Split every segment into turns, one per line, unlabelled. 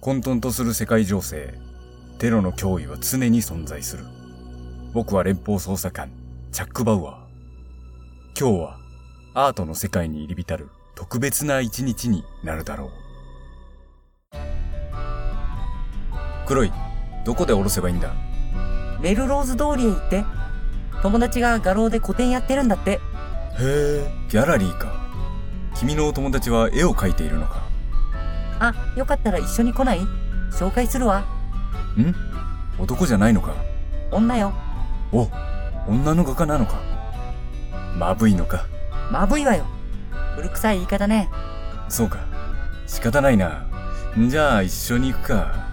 混沌とする世界情勢、テロの脅威は常に存在する。僕は連邦捜査官、チャック・バウアー。今日は、アートの世界に入り浸る特別な一日になるだろう。黒い、どこで降ろせばいいんだ
メルローズ通りへ行って友達が画廊で個展やってるんだって
へえ、ギャラリーか。君のお友達は絵を描いているのか
あよかったら一緒に来ない紹介するわ
ん男じゃないのか
女よ
お、女の画家なのかまぶいのか
まぶいわよ古臭い言い方ね
そうか。仕方ないな。じゃあ一緒に行くか。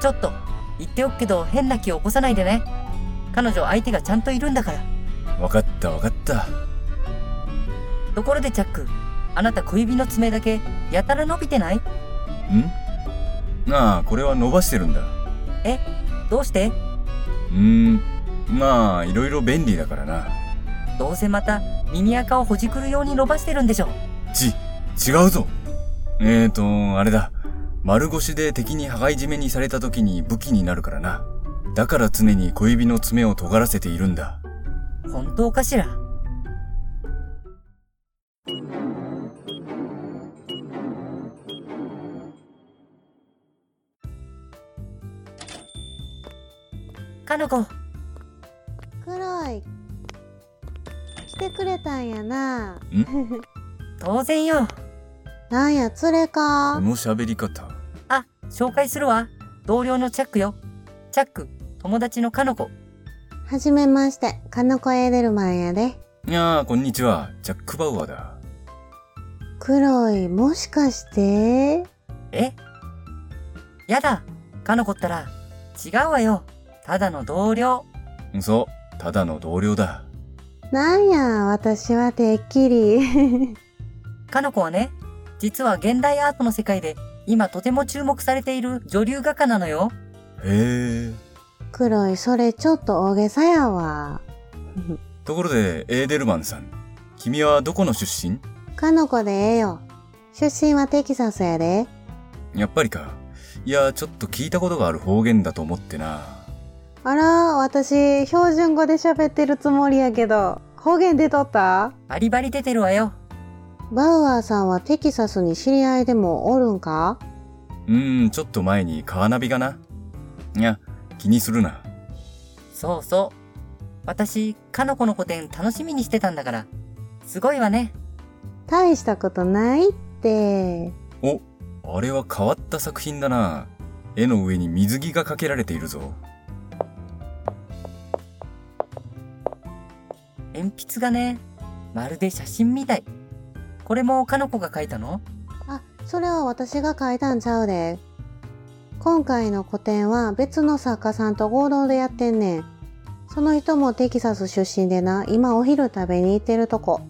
ちょっと言っておくけど変な気を起こさないでね彼女相手がちゃんといるんだから
わかったわかった。
ところでチャックあなた小指の爪だけやたら伸びてない
んああ、これは伸ばしてるんだ。
どうして
うーん。まあ、いろいろ便利だからな。
どうせまた耳垢をほじくるように伸ばしてるんでしょ
ち、違うぞえーと、あれだ。丸腰で敵に羽交い締めにされた時に武器になるからな。だから常に小指の爪を尖らせているんだ。
本当かしらかのこ
黒い来てくれたんやな
当然よ
なんや連れ
こ
か
の喋り方。
あ紹介するわ同僚のチャックよチャック友達のかのこ
はじめまして金子エーデルマンやで
いやあ、こんにちは。ジャック・バウアーだ。
黒いもしかして
えやだかのこったら違うわよただの同僚
そう、ただの同僚だ。
なんや私はてっきり
かのこはね、実は現代アートの世界で今とても注目されている女流画家なのよ。
へえ。
黒いそれちょっと大げさやわ
ところで、エーデルマンさん。君はどこの出身
かのこでええよ出身はテキサスやで
やっぱりか。いや、ちょっと聞いたことがある方言だと思ってな。
あら私標準語で喋ってるつもりやけど方言出とった
バリバリ出てるわよ。
バウアーさんはテキサスに知り合いでもおるんか
うーん、ちょっと前にカーナビがな。いや、気にするな。
そうそう。私、かのこの個展楽しみにしてたんだから。すごいわね。
大したことないって。
お、あれは変わった作品だな。絵の上に水着がかけられているぞ。
鉛筆がね、まるで写真みたい。これもかのこが描いたの
あ、それは私が書いたんちゃうで。今回の個展は別の作家さんと合同でやってんねん。その人もテキサス出身でな、今お昼食べに行ってるとこ。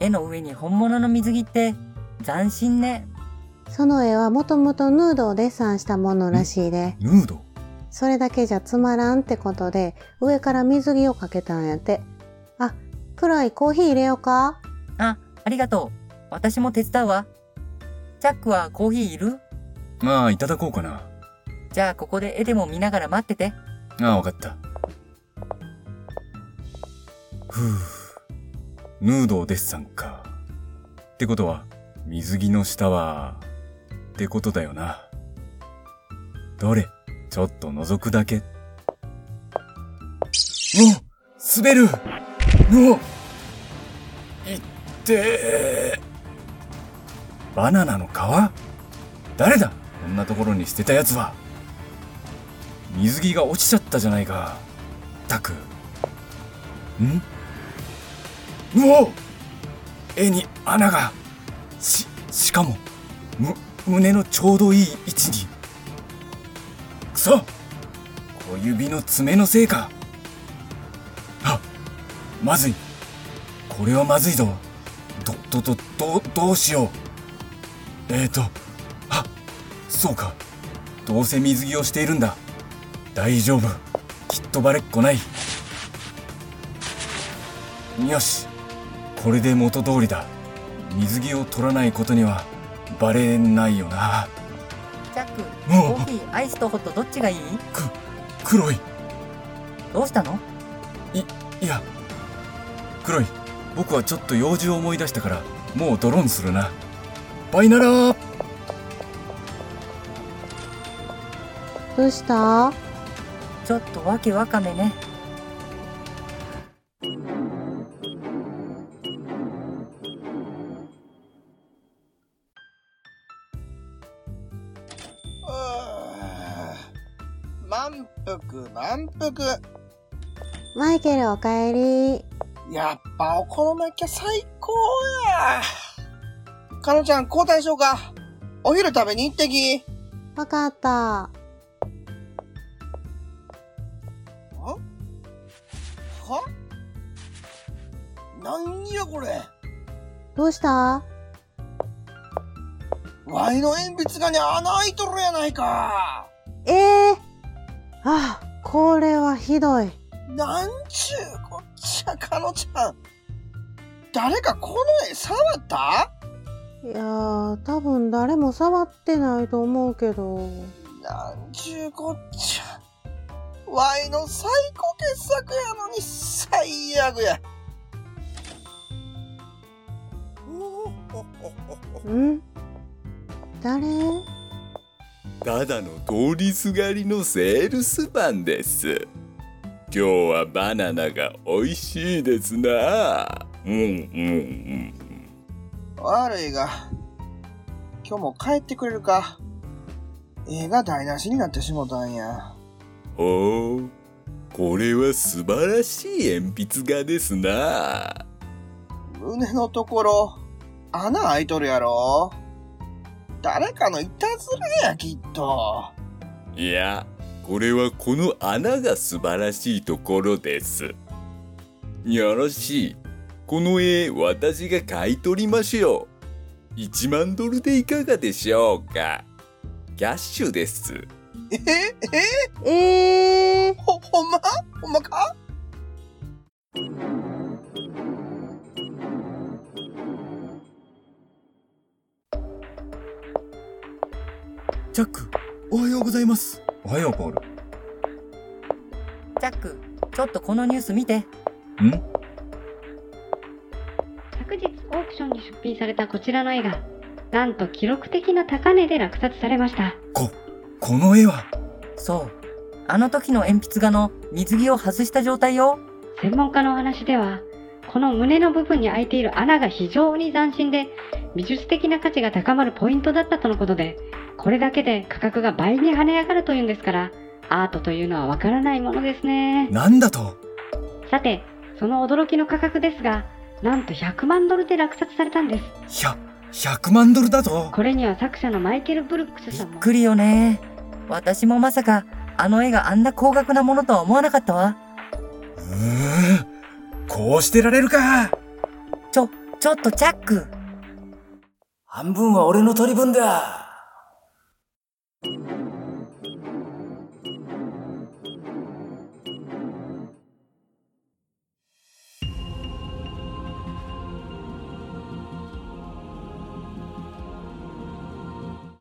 絵の上に本物の水着って斬新ね。
その絵はもともとヌードをデッサンしたものらしいで、
ヌード
それだけじゃつまらんってことで、上から水着をかけたんやって。あ、黒いコーヒー入れようか
あ、ありがとう。私も手伝うわ。チャックはコーヒーいる
まあ、いただこうかな。
じゃあここで絵でも見ながら待ってて。
ああ、わかった。ふぅ。ヌードをデッサンか。ってことは、水着の下は、ってことだよな。どれ、ちょっと覗くだけ。うお滑るうおいってーバナナの皮誰だこんなところに捨てたやつは水着が落ちちゃったじゃないかったくんうお絵に穴がししかもむ胸のちょうどいい位置にくそ小指の爪のせいかあまずいこれはまずいぞどどどどどうしようえーとあそうかどうせ水着をしているんだ大丈夫きっとバレっこないよしこれで元通りだ水着を取らないことにはバレないよな
ジャック
も
コ
う
ーヒーアイスとホットどっちがいい
黒い
どうしたの
いや黒い僕はちょっと用事を思い出したからもうドロンするなバイナラー
どうした
ちょっとわけわかめね
うーん満腹満腹
マイケルおかえり。
やっぱお好み焼きは最高やかのちゃん交代しようかお昼食べに行ってきん
わかった。
はなんやこれ
どうした
ワイの鉛筆画に穴開いとるやないか
ええあ、これはひどい。
なんちゅうこっちゃかのちゃん誰かこの絵触った
いやー、多分誰も触ってないと思うけど。
なんちゅうこっちゃ。ワイの最高傑作やのに最悪や。
ん誰
ただの通りすがりのセールスマンです今日はバナナが美味しいですなうんうんうん
悪いが、今日も帰ってくれるか。映画台無しになってしもたんや。
ほうこれは素晴らしい鉛筆画ですな
胸のところ、穴開いとるやろ。誰かのいたずらや、きっと。
いやこれはこの穴が素晴らしいところですよろしいこの絵私が買い取りましょう1万ドルでいかがでしょうかキャッシュです
ええ
ええ
ほ、ほんまほんまか
ジャックおはようございますおはようポール
ジャックちょっとこのニュース見て
ん
昨日オークションに出品されたこちらの絵がなんと記録的な高値で落札されました
ここの絵は
そうあの時の鉛筆画の水着を外した状態よ
専門家のお話ではこの胸の部分に開いている穴が非常に斬新で美術的な価値が高まるポイントだったとのことでこれだけで価格が倍に跳ね上がるというんですからアートというのはわからないものですね
なんだと
さてその驚きの価格ですがなんと100万ドルで落札されたんです
ひゃ100万ドルだと
これには作者のマイケル・ブルックス
びっ
さんも
くりよね私もまさかあの絵があんな高額なものとは思わなかったわ
うーんこうしてられるか
ちょちょっとジャック
半分は俺の取り分だ